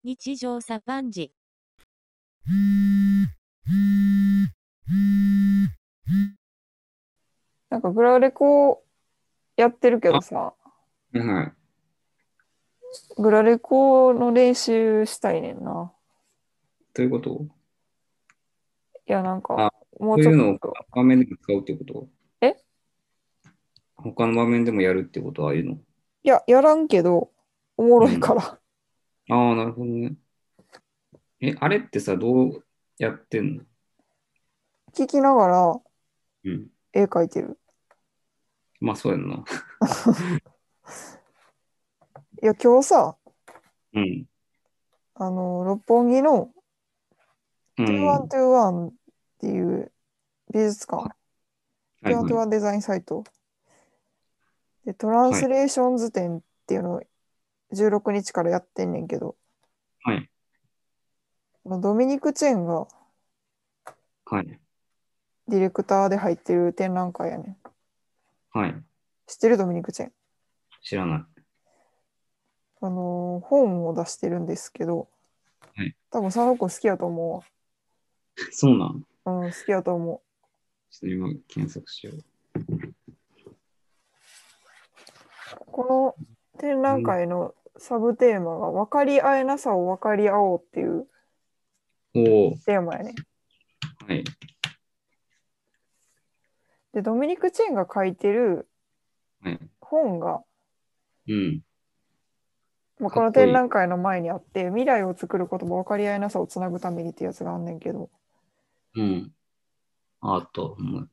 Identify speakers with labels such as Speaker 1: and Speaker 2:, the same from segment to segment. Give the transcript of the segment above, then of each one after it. Speaker 1: 日常茶飯事。
Speaker 2: なんかグラレコやってるけどさ、
Speaker 3: はい。
Speaker 2: グラレコの練習したいねんな。
Speaker 3: ということ
Speaker 2: いや、なん
Speaker 3: あ
Speaker 2: か、も
Speaker 3: こ
Speaker 2: う
Speaker 3: う
Speaker 2: ち
Speaker 3: いう
Speaker 2: ょ
Speaker 3: の
Speaker 2: っ
Speaker 3: を
Speaker 2: と。
Speaker 3: 場面でも使うってこと
Speaker 2: え
Speaker 3: 他の場面でもやるってことはああいう
Speaker 2: いや、やらんけど、おもろいから。
Speaker 3: のああ、なるほどね。え、あれってさ、どうやってんの
Speaker 2: 聞きながら
Speaker 3: うん。
Speaker 2: 絵描いてる。
Speaker 3: まあ、そうやんな。
Speaker 2: いや、今日さ、
Speaker 3: うん。
Speaker 2: あの、六本木の
Speaker 3: うん。は
Speaker 2: 2121っていう美術館、
Speaker 3: い
Speaker 2: 2121
Speaker 3: は
Speaker 2: デザインサイト。で、トランスレーションズ展っていうのを16日からやってんねんけど、
Speaker 3: い。はい。
Speaker 2: あのドミニク・チェンが
Speaker 3: はい。
Speaker 2: ディレクターで入ってる展覧会やねん。
Speaker 3: はい。
Speaker 2: 知ってるドミニク・チェン。
Speaker 3: 知らない。
Speaker 2: あのー本を出してるんですけど、
Speaker 3: はい
Speaker 2: 多分その子好きやと思
Speaker 3: そうなのちょ
Speaker 2: うわ。うん、好きやと思
Speaker 3: っと今検索しよう。
Speaker 2: う。この展覧会のサブテーマが分かり合えなさを分かり合おうっていう
Speaker 3: おお。
Speaker 2: テーマやねん。
Speaker 3: はい。
Speaker 2: で、ドミニク・チェンが書いてる
Speaker 3: はい。
Speaker 2: 本が、
Speaker 3: うん。
Speaker 2: まあ、
Speaker 3: か
Speaker 2: こ
Speaker 3: っこいい
Speaker 2: の展覧会の前にあって未来を作ることも分かり合いなさをつなぐためにってやつがあんねんけど
Speaker 3: うん。あと、うん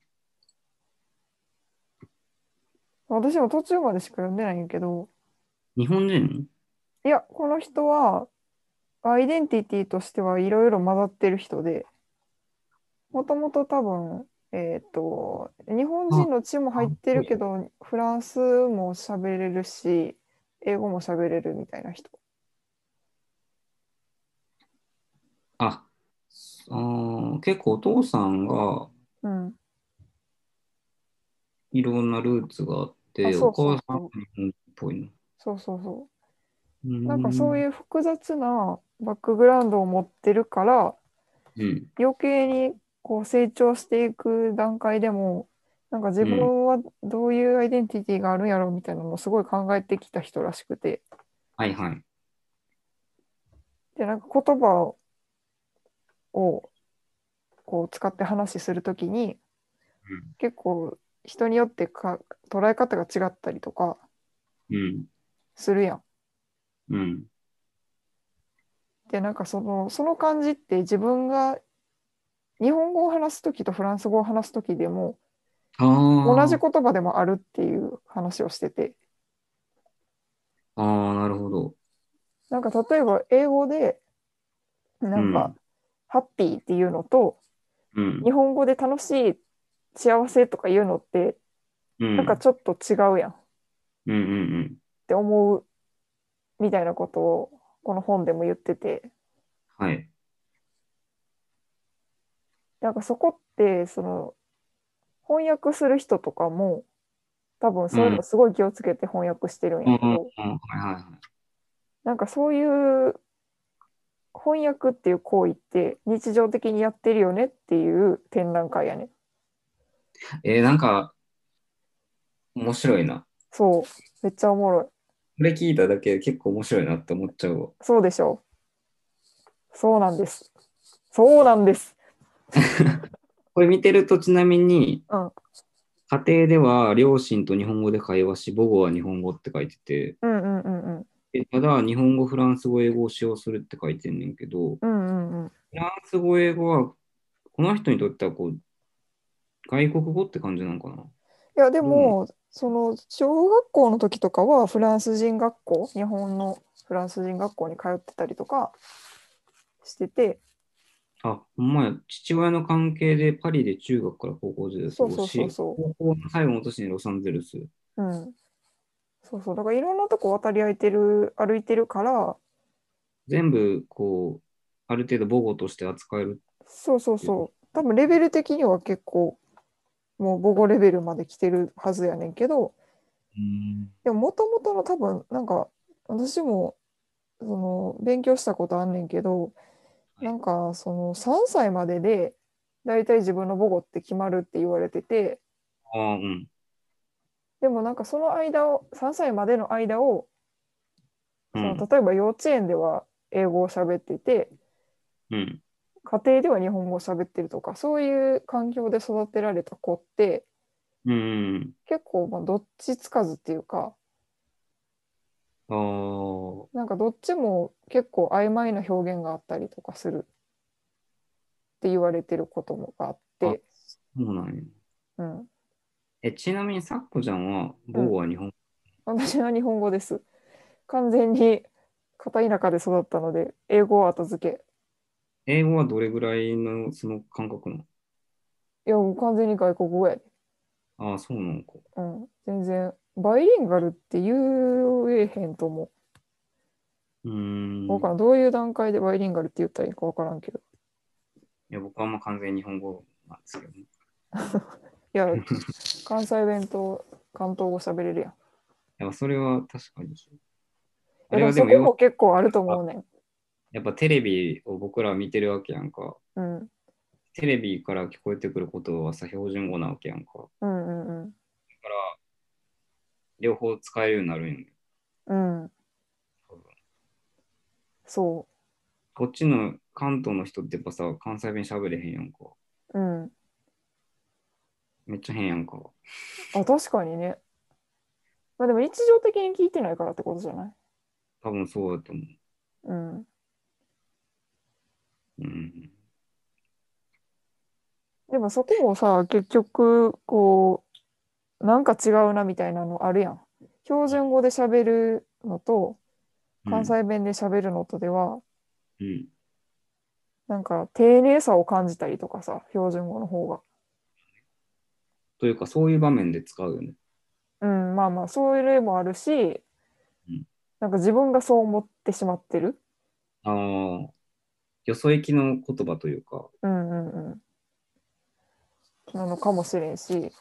Speaker 2: 私も途中までしか読んでないんやけど
Speaker 3: 日本人
Speaker 2: いやこの人はアイデンティティとしてはいろいろ混ざってる人でもともと多分えっ、と日本人の血も入ってるけどフランスも喋れるし英語も喋れるみたいな人
Speaker 3: あ、あー結構お父さんが
Speaker 2: うん
Speaker 3: いろんなルーツがあって、
Speaker 2: あそうそう
Speaker 3: お母さんが日本人っぽい
Speaker 2: そうそうそう
Speaker 3: な。
Speaker 2: なんかそう
Speaker 3: う
Speaker 2: いう複雑なバックグラウンドを持ってるから
Speaker 3: ーん。うん。
Speaker 2: 余計にこう成長していく段階でもなんか自分はどういうアイデンティティがあるんやろうみたいなのをすごい考えてきた人らしくて
Speaker 3: はいはい。
Speaker 2: でなんか言葉をこう使って話するときに
Speaker 3: うん
Speaker 2: 結構人によってか捉え方が違ったりとか
Speaker 3: うん。
Speaker 2: するやん。
Speaker 3: うん。
Speaker 2: でなんかそのその感じって自分が日本語を話す時とフランス語を話す時でも
Speaker 3: ああ。
Speaker 2: 同じ言葉でもあるっていう話をしてて
Speaker 3: ああ、なるほど。
Speaker 2: なんか例えば英語でなん
Speaker 3: う
Speaker 2: か
Speaker 3: ん
Speaker 2: 「ハッピー」っていうのと、
Speaker 3: うん。
Speaker 2: 日本語で「楽しい」「幸せ」とか言うのって
Speaker 3: うん。
Speaker 2: なんかちょっと違うやんっ
Speaker 3: うんうんうん。
Speaker 2: て思うみたいなことをこの本でも言ってて
Speaker 3: はい。
Speaker 2: なんかそこってその翻訳する人とかも多分そういうのすごい気をつけて翻訳してるん
Speaker 3: うんう
Speaker 2: や
Speaker 3: ん
Speaker 2: け
Speaker 3: うん。は
Speaker 2: ど、
Speaker 3: いはいはい。
Speaker 2: なんかそういう翻訳っていう行為って日常的にやってるよねっていう展覧会やね
Speaker 3: えー、なんか、面白いな。
Speaker 2: そうめっちゃおもろい
Speaker 3: これ聞いただけで結構面白いなって思っちゃうわ。
Speaker 2: そうでしょそうなんですそうなんです
Speaker 3: これ見てるとちなみに、
Speaker 2: うん
Speaker 3: 家庭では両親と日本語で会話し、母語は日本語って書いてて、
Speaker 2: うんうんうんうん
Speaker 3: でただ日本語、フランス語、英語を使用するって書いてんねんけど、フ
Speaker 2: うんうんうん
Speaker 3: ランス語、英語はこの人にとってはこう外国語って感じなのかない
Speaker 2: やでも、その小学校の時とかはフランス人学校日本のフランス人学校に通ってたりとかしてて
Speaker 3: あ、ほんまや、父親の関係でパリで中学から高校時代過
Speaker 2: そうそ
Speaker 3: ご
Speaker 2: うそう
Speaker 3: し、
Speaker 2: そ
Speaker 3: 高校の最後の年にロサンゼルス。
Speaker 2: う、うん、そうそうだからいろんなとこ渡り歩いてる歩いてるから
Speaker 3: 全部こう、ある程度母語として扱える。
Speaker 2: そうそうそう多分レベル的には結構もう母語レベルまで来てるはずやねんけどでももともとの多分なんか私もその勉強したことあんねんけど、
Speaker 3: い
Speaker 2: なんかその3歳までで大体自分の母語って決まるって言われてて
Speaker 3: ああ、うん。
Speaker 2: でもなんかその間を3歳までの間を
Speaker 3: う
Speaker 2: その
Speaker 3: ん。
Speaker 2: 例えば幼稚園では英語を喋ってて
Speaker 3: うん。
Speaker 2: 家庭では日本語を喋ってるとかそういう環境で育てられた子って
Speaker 3: うん。
Speaker 2: 結構まあどっちつかずっていうか
Speaker 3: ああ。
Speaker 2: なんかどっちも結構曖昧な表現があったりとかするって言われてることもがあって、
Speaker 3: そうなんや。
Speaker 2: うん、
Speaker 3: え、ちなみに、さっこちゃんは、母語は日本、
Speaker 2: 私は日本語です。完全に片田舎で育ったので英語は後付け。
Speaker 3: 英語はどれぐらいのその感覚なの
Speaker 2: いやもう完全に外国語やで、
Speaker 3: ああ、そうなのか。
Speaker 2: うん、全然バイリンガルって言えへんと思
Speaker 3: うー。
Speaker 2: うんわからんどういう段階でバイリンガルって言ったらいいか分からんけど
Speaker 3: いや僕はもう完全に日本語なんですけどね。
Speaker 2: いや関西弁と関東語喋れるやん
Speaker 3: やっぱそれは確かに。あ
Speaker 2: い
Speaker 3: れ
Speaker 2: や
Speaker 3: は
Speaker 2: で
Speaker 3: で
Speaker 2: もそ
Speaker 3: も
Speaker 2: こ
Speaker 3: よ
Speaker 2: も結構あると思うねん、
Speaker 3: やっぱテレビを僕らは見てるわけやんか。
Speaker 2: うん、
Speaker 3: テレビから聞こえてくることはさ、標準語なわけやんか。だか
Speaker 2: うんうんうん
Speaker 3: ら、両方使えるようになるんよね。
Speaker 2: うん。
Speaker 3: 多分
Speaker 2: そ
Speaker 3: こっちの関東の人ってやっぱさ、関西弁喋れへんやんか。
Speaker 2: う。うん。
Speaker 3: めっちゃ変やんか。
Speaker 2: あ、確かにね。まあでも日常的に聞いてないからってことじゃない
Speaker 3: 多分そうだと思
Speaker 2: うん。
Speaker 3: う。うん。
Speaker 2: でもそこもさ、結局、こう、なんか違うなみたいなのあるやん。標準語で喋るのと、関西弁で喋るのとでは、
Speaker 3: うん。
Speaker 2: なんか丁寧さを感じたりとかさ、標準語の方が。
Speaker 3: というか、そういう場面で使うよね。
Speaker 2: うん、まあまあ、そういう例もあるし、
Speaker 3: うん
Speaker 2: なんか自分がそう思ってしまってる。
Speaker 3: ああ、よそ行きの言葉というか、
Speaker 2: うんうんうん。なのかもしれんし、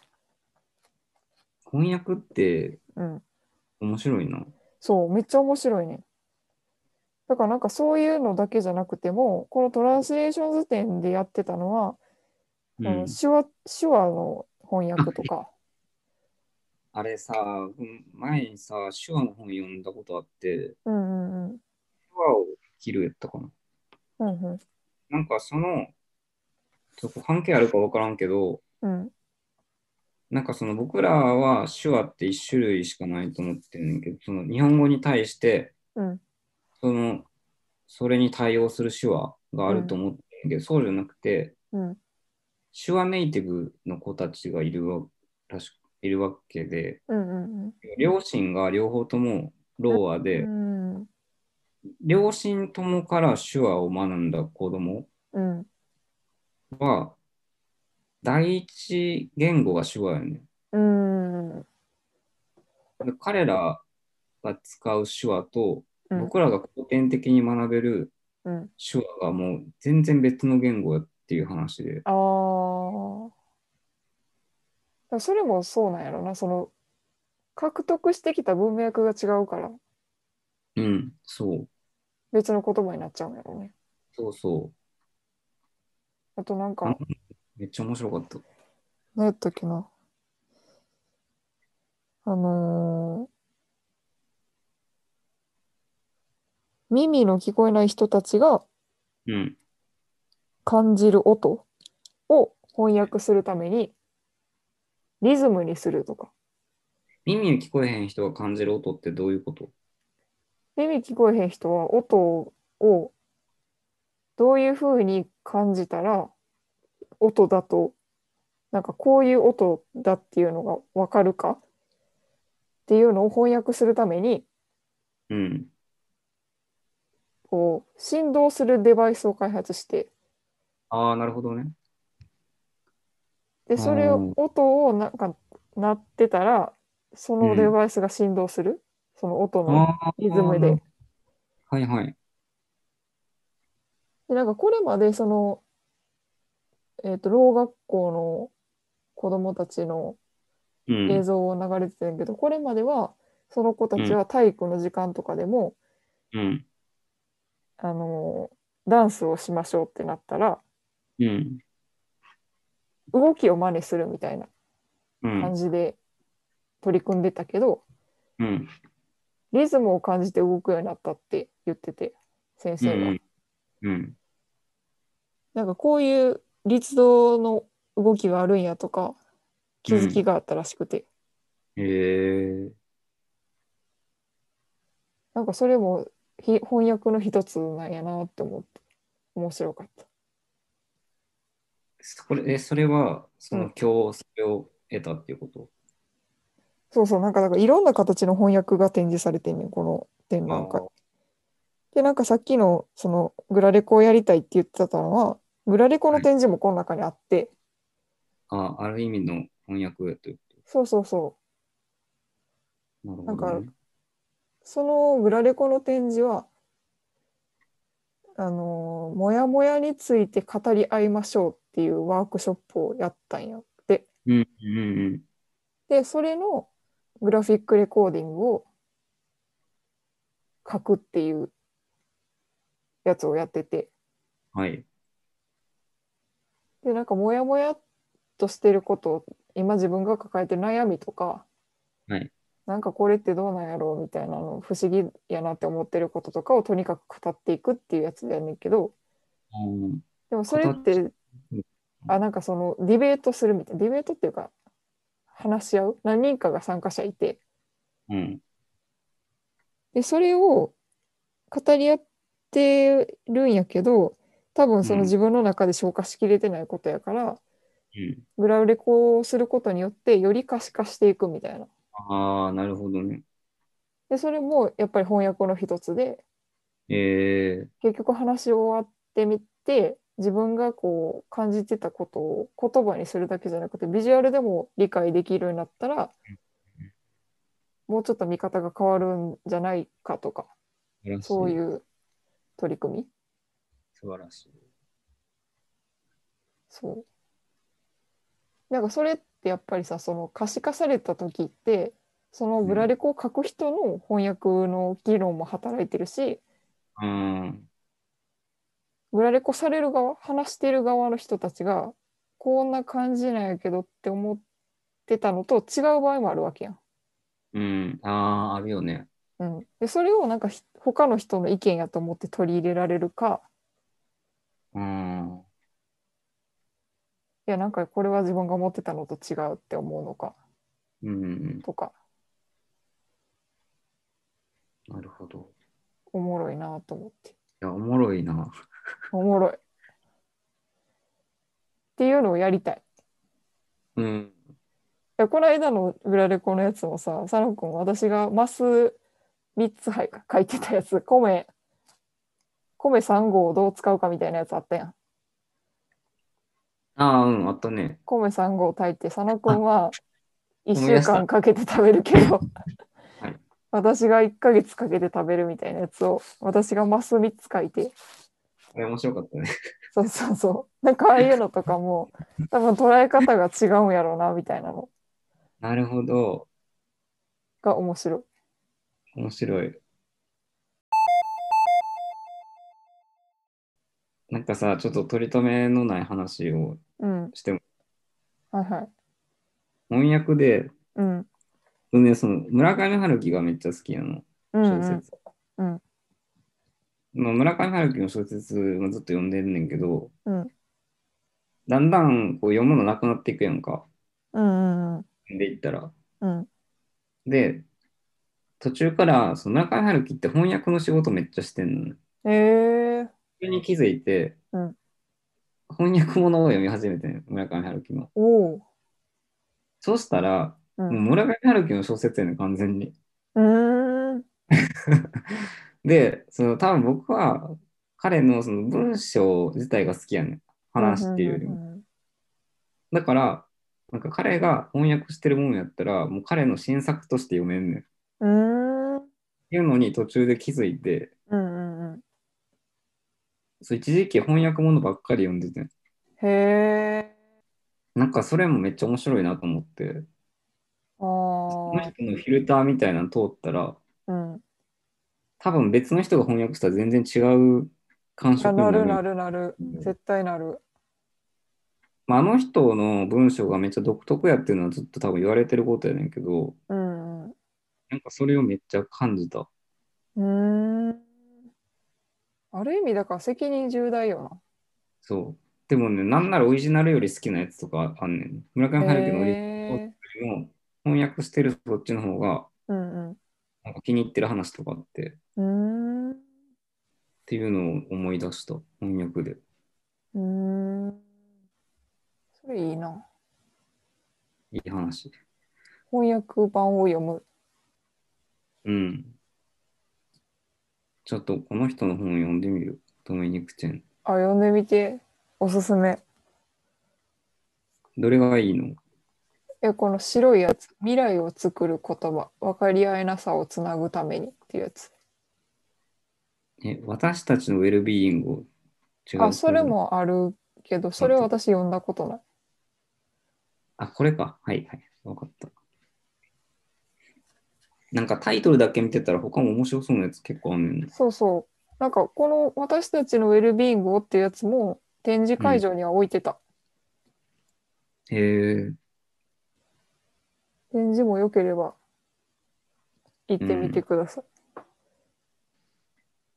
Speaker 3: 翻訳って
Speaker 2: うん、
Speaker 3: 面白いな。
Speaker 2: そう、めっちゃ面白いね。だからなんかそういうのだけじゃなくても、このトランスレーション図典でやってたのは、
Speaker 3: う
Speaker 2: あ
Speaker 3: ん
Speaker 2: の、手話手話の翻訳とか、
Speaker 3: あれさ、うん前にさ、手話の本読んだことあって、
Speaker 2: うんうんうん、
Speaker 3: 手話を切るやったかな。
Speaker 2: うんうん
Speaker 3: なんかその、ちょっと関係あるか分からんけど、
Speaker 2: うん、
Speaker 3: なんかその僕らは手話って一種類しかないと思ってるんだけど、その日本語に対して、
Speaker 2: うん、
Speaker 3: その、それに対応する手話があると思ってるんだけど、そうじゃなくて、
Speaker 2: うん、
Speaker 3: 手話ネイティブの子たちがいるわらしいるわけで、
Speaker 2: うん、うん
Speaker 3: 両親が両方ともローア
Speaker 2: う
Speaker 3: で、
Speaker 2: ん、うん、
Speaker 3: 両親ともから手話を学んだ子供
Speaker 2: うん、
Speaker 3: は、第一言語が手話やね。
Speaker 2: うん、
Speaker 3: で彼らが使う手話と、
Speaker 2: うん
Speaker 3: 僕らが古典的に学べる
Speaker 2: うん、
Speaker 3: 手話がもう全然別の言語やっていう話で、
Speaker 2: あーだからそれもそうなんやろな、その、獲得してきた文脈が違うから、
Speaker 3: うん、そう、
Speaker 2: 別の言葉になっちゃうんやろうね。
Speaker 3: そうそ
Speaker 2: あとなん
Speaker 3: う
Speaker 2: か
Speaker 3: ん、う、めっちゃ面白かった。
Speaker 2: 何やったっけな。あのー耳の聞こえない人たちが
Speaker 3: うん、
Speaker 2: 感じる音を翻訳するためにリズムにするとか。
Speaker 3: 耳に聞こえへん人が感じる音ってどういうこと
Speaker 2: 耳聞こえへん人は音をどういうふうに感じたら音だとなんかこういう音だっていうのが分かるかっていうのを翻訳するために
Speaker 3: うん、
Speaker 2: こう振動するデバイスを開発して
Speaker 3: ああ、なるほどね。
Speaker 2: でそれを
Speaker 3: うん
Speaker 2: 音をなんか鳴ってたらそのデバイスが振動する、その音の
Speaker 3: ああ、
Speaker 2: リズムで。
Speaker 3: はいはい。
Speaker 2: でなんかこれまでその、えー、とろう学校の子供たちの
Speaker 3: う
Speaker 2: 映
Speaker 3: ん、
Speaker 2: 像を流れてたんやけど、これまではその子たちは体育の時間とかでも
Speaker 3: うん、
Speaker 2: あのダンスをしましょうってなったら
Speaker 3: うん。
Speaker 2: 動きを真似するみたいな
Speaker 3: う
Speaker 2: 感
Speaker 3: ん。
Speaker 2: じで取り組んでたけど、
Speaker 3: うん。
Speaker 2: リズムを感じて動くようになったって言ってて先
Speaker 3: う
Speaker 2: 生は、
Speaker 3: ん。うん。
Speaker 2: なんかこういう律動の動きがあるんやとか気づきがあったらしくて、
Speaker 3: へえ。
Speaker 2: なんかそれもひ翻訳の一つなんやなって思って面白かった。
Speaker 3: そこれ、え、それは、そうの
Speaker 2: ん
Speaker 3: 今日それを得たっていうこと
Speaker 2: そうそうなんかだからいろんな形の翻訳が展示されてんねんこの展
Speaker 3: あ
Speaker 2: 覧会。
Speaker 3: ー
Speaker 2: でなんかさっきのそのグラレコをやりたいって言ってたのはグラレコの展示もこの中にあって、
Speaker 3: あ、ある意味の翻訳というこ
Speaker 2: そうそうそう
Speaker 3: と。なるほど、ね。
Speaker 2: なんそのグラレコの展示は、あのー、もやもやについて語り合いましょうっていうワークショップをやったんやって。
Speaker 3: うんうんうん。
Speaker 2: で、それのグラフィックレコーディングを書くっていうやつをやってて。
Speaker 3: はい。
Speaker 2: で、なんかもやもやっとしてることを、今自分が抱えてる悩みとか、
Speaker 3: はい
Speaker 2: なんかこれってどうなんやろうみたいなの不思議やなって思ってることとかをとにかく語っていくっていうやつやねんけど、
Speaker 3: うん
Speaker 2: でもそれって
Speaker 3: うん、
Speaker 2: あ、なんかそのディベートするみたいな、ディベートっていうか、話し合う、何人かが参加者いて、
Speaker 3: うん。
Speaker 2: で、それを語り合ってるんやけど、多分その自分の中で消化しきれてないことやから、
Speaker 3: うん。
Speaker 2: グラウレコをすることによって、より可視化していくみたいな。
Speaker 3: ああ、なるほどね。
Speaker 2: で、それもやっぱり翻訳の一つで、
Speaker 3: ええ
Speaker 2: 結局話し終わってみて自分がこう感じてたことを言葉にするだけじゃなくてビジュアルでも理解できるようになったらもうちょっと見方が変わるんじゃないかとか
Speaker 3: 素晴らしい。
Speaker 2: そういう取り組み
Speaker 3: 素晴らしい。
Speaker 2: そうなんかそれってやっぱりさその可視化された時ってそのブラレコを書く人の翻訳の議論も働いてるし
Speaker 3: うん。
Speaker 2: グラレコされる側話してる側の人たちがこんな感じなんやけどって思ってたのと違う場合もあるわけやん。
Speaker 3: うん。ああ、あるよね。
Speaker 2: うん、でそれをなんかひ他の人の意見やと思って取り入れられるか
Speaker 3: うん。
Speaker 2: いやなんかこれは自分が思ってたのと違うって思うのか
Speaker 3: うん。
Speaker 2: とか
Speaker 3: なるほど。
Speaker 2: おもろいなと思って
Speaker 3: いや、おもろいな。
Speaker 2: おもろい。っていうのをやりたい。い
Speaker 3: うん。
Speaker 2: やこの間のグラレコのやつもさ佐野君私がマス3つはい書いてたやつ米米3号をどう使うかみたいなやつあったやん。
Speaker 3: ああ、うん、あったね。
Speaker 2: 米3合炊いて佐野くんは1
Speaker 3: 思い出
Speaker 2: 週
Speaker 3: した
Speaker 2: 間かけて食べるけど、
Speaker 3: はい
Speaker 2: 私が1ヶ月かけて食べるみたいなやつを私がマス3つ書いて
Speaker 3: あれ面白かったね。
Speaker 2: そうそうそうなんかああいうのとかも多分捉え方が違うんやろうなみたいなの
Speaker 3: なるほど。
Speaker 2: が面白い。
Speaker 3: 面白い。なんかさ、ちょっと取り留めのない話を
Speaker 2: うん、
Speaker 3: しても、
Speaker 2: はいはい。
Speaker 3: 翻訳で、
Speaker 2: うん、
Speaker 3: 僕ね、その村上春樹がめっちゃ好きなの、
Speaker 2: うん、う
Speaker 3: 小
Speaker 2: ん
Speaker 3: 説。
Speaker 2: うん
Speaker 3: まあ村上春樹の小説もずっと読んでんねんけど、
Speaker 2: うん
Speaker 3: だんだんこう読むのなくなっていくやんか、
Speaker 2: うんうん
Speaker 3: 読んでいったら。
Speaker 2: うん
Speaker 3: で、途中からその村上春樹って翻訳の仕事めっちゃしてんのね。
Speaker 2: うん。えー、
Speaker 3: それに気づいて、
Speaker 2: うん
Speaker 3: 翻訳物を読み始めてん村上春樹の。
Speaker 2: おう。
Speaker 3: そうしたら、
Speaker 2: う。
Speaker 3: もうん村上春樹の小説やねん完全に。
Speaker 2: うーん。
Speaker 3: で、その多分僕は彼のその文章自体が好きやねん。話っていうよりも。
Speaker 2: も。
Speaker 3: だから、なんか彼が翻訳してるもんやったら、もう彼の新作として読めんねん。っ
Speaker 2: うーん。うん
Speaker 3: ていうのに途中で気づいて、
Speaker 2: うんう
Speaker 3: そう一時期翻訳物ばっかり読んでてん、
Speaker 2: ん。へえ。
Speaker 3: なんかそれもめっちゃ面白いなと思って、
Speaker 2: あ
Speaker 3: この
Speaker 2: あ。
Speaker 3: 人のフィルターみたいなの通ったら、
Speaker 2: うん。
Speaker 3: 多分別の人が翻訳したら全然違う感触
Speaker 2: あ
Speaker 3: にな
Speaker 2: な
Speaker 3: る
Speaker 2: るなるなる。
Speaker 3: うん
Speaker 2: 絶対なる。
Speaker 3: まあ、あの人の文章がめっちゃ独特やっていうのはずっと多分言われてることやねんけど、
Speaker 2: うんうん。
Speaker 3: なんかそれをめっちゃ感じた。
Speaker 2: うーん。ある意味だから責任重大よ
Speaker 3: そう。でもね、なんならオリジナルより好きなやつとかあんねん。村
Speaker 2: な。
Speaker 3: 上春樹のオリジ
Speaker 2: へー
Speaker 3: ナルよりも翻訳してるそっちの方が
Speaker 2: うん
Speaker 3: なんか気に入ってる話とかあって、っ
Speaker 2: うん。う
Speaker 3: ていうのを思い出した。翻訳で。
Speaker 2: ーん。うーん。それいいな。
Speaker 3: いい話。
Speaker 2: 翻訳版を読む。
Speaker 3: うん。ちょっとこの人の本読んでみる。ドミニクチェン。
Speaker 2: あ、読んでみて。おすすめ。
Speaker 3: どれがいいの
Speaker 2: え、この白いやつ。未来を作る言葉。分かり合えなさをつなぐためにっていうやつ。
Speaker 3: え私たちのウェルビーイングを違う。
Speaker 2: あ、それ。もあるけど、それは私読んだことない。
Speaker 3: あ、これか。はいはい。わかった。なんかタイトルだけ見てたら他も面白そうなやつ結構あんねんな。
Speaker 2: そうそう。なんかこの私たちのウェルビーイングをっていうやつも展示会場には置いてた。
Speaker 3: へえ。
Speaker 2: 展示も良ければ行ってみてください。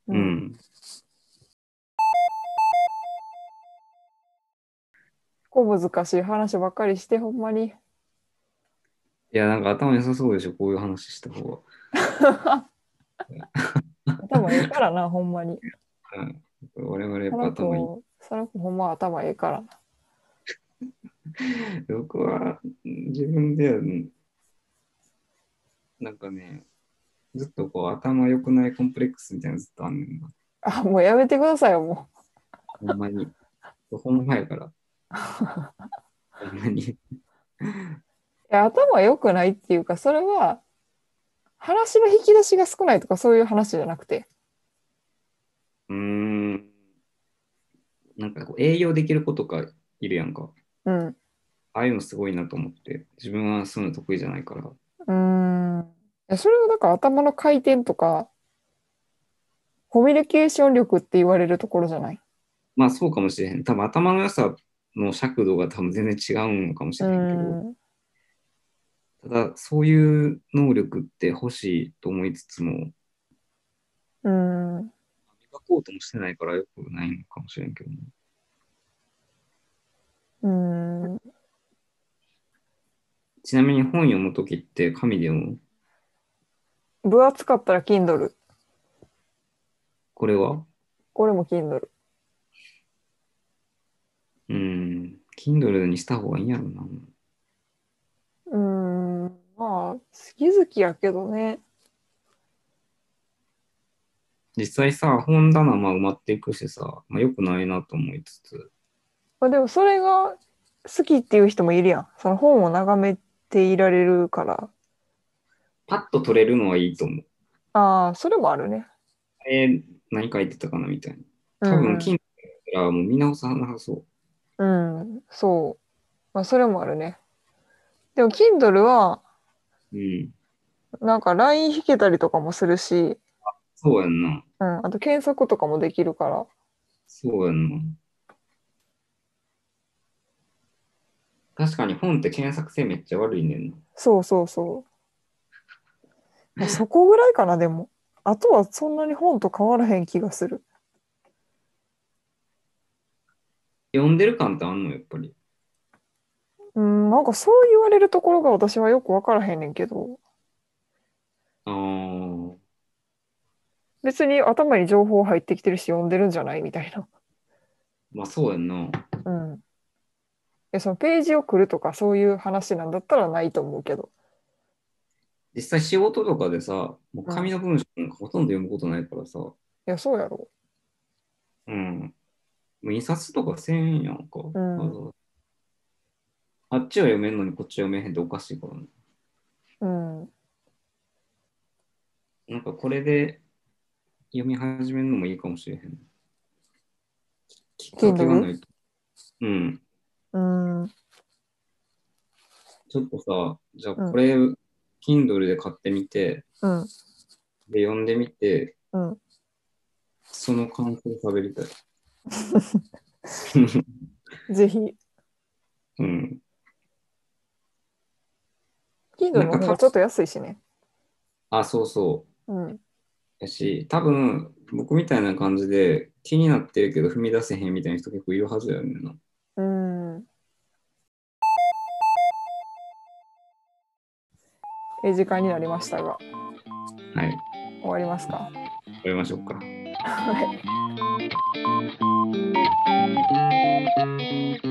Speaker 3: う。ん。
Speaker 2: こう難しい話ばっかりしてほんまに。
Speaker 3: いや、なんか頭良さそうでしょ、こういう話した方が。
Speaker 2: 頭ええからな、ほんまに。
Speaker 3: うん我々や
Speaker 2: そ
Speaker 3: っぱ
Speaker 2: の
Speaker 3: 頭いい。
Speaker 2: 子、その子ほんま頭ええからな。
Speaker 3: 僕はうん自分では、うんなんかね、ずっとこう頭良くないコンプレックスみたいなのずっとあんねんな。
Speaker 2: あ、もうやめてくださいよ、も
Speaker 3: ほんまに。ほんまやから。ほんま に。
Speaker 2: う。いや頭良くないっていうか、それは話の引き出しが少ないとかそういう話じゃなくて。
Speaker 3: うーん。なんかこう栄養できる子とかいるやんか。
Speaker 2: うん。う
Speaker 3: ああいうのすごいなと思って。自分はそういうの得意じゃないから。
Speaker 2: ーん。いやそれはだから頭の回転とか、コミュニケーション力って言われるところじゃない。
Speaker 3: まあそうかもしれへん。多分頭の良さの尺度が多分全然違うのかもし
Speaker 2: う
Speaker 3: れへんけど。
Speaker 2: ん。
Speaker 3: ただ、そういう能力って欲しいと思いつつも、磨
Speaker 2: うん。
Speaker 3: こうともしてないからよくないのかもしれんけどね。
Speaker 2: うーん、
Speaker 3: ちなみに本読むときって紙で読む
Speaker 2: 分厚かったら Kindle。
Speaker 3: これは
Speaker 2: これも Kindle。
Speaker 3: うん、Kindle にした方がいいんやろな。
Speaker 2: うーん、まあ、好き好きやけどね。
Speaker 3: 実際さ、本棚まあ埋まっていくしさ、まあ、よくないなと思いつつ、
Speaker 2: まあ、でもそれが好きっていう人もいるやん。その本を眺めていられるから。
Speaker 3: パッと取れるのはいいと思う。
Speaker 2: ああ、それもあるね。
Speaker 3: あれ、何書いてたかなみたいな。
Speaker 2: う
Speaker 3: 多
Speaker 2: ん
Speaker 3: 分、Kindle はもう見直さなさそう。
Speaker 2: うん、そう。まあ、それもあるね。でも Kindle は、
Speaker 3: うん。
Speaker 2: なんか LINE 引けたりとかもするし、
Speaker 3: そうやんな。
Speaker 2: うん、あと検索とかもできるから。
Speaker 3: そうやんな。確かに本って検索性めっちゃ悪いねんな。
Speaker 2: そうそうそう。まあそこぐらいかな、でも。あとはそんなに本と変わらへん気がする。
Speaker 3: 読んでる感ってあんのやっぱり。
Speaker 2: うん、なんかそう言われるところが私はよくわからへんねんけど、
Speaker 3: あー
Speaker 2: 別に頭に情報入ってきてるし読んでるんじゃないみたいな。
Speaker 3: まあそうやんな。
Speaker 2: うん。え、そのページを来るとかそういう話なんだったらないと思うけど。
Speaker 3: 実際仕事とかでさ、もう紙の文章なんかほとんど読むことないからさ、
Speaker 2: いや、そうやろ。
Speaker 3: うん。もう印刷とかせんやんか。
Speaker 2: ん
Speaker 3: あのあっちは読めんのにこっちは読めへんっておかしいからね。
Speaker 2: うん。
Speaker 3: なんかこれで読み始めるのもいいかもしれへん。きっかけがないと。うん。
Speaker 2: うん。
Speaker 3: ちょっとさ、じゃあ
Speaker 2: うん
Speaker 3: これ、Kindle で買ってみて、
Speaker 2: うん。
Speaker 3: で、読んでみて、
Speaker 2: うん。
Speaker 3: その感想を喋 りたい。
Speaker 2: ぜひ。
Speaker 3: うん。
Speaker 2: Kindle の方がちょっと安いしね。
Speaker 3: あ、そうそう。
Speaker 2: うん。
Speaker 3: やし、多分僕みたいな感じで気になってるけど踏み出せへんみたいな人結構いるはずやねんな。
Speaker 2: うん。え、時間になりましたが、
Speaker 3: はい、
Speaker 2: 終わりますか。
Speaker 3: 終わりましょうか。
Speaker 2: はい。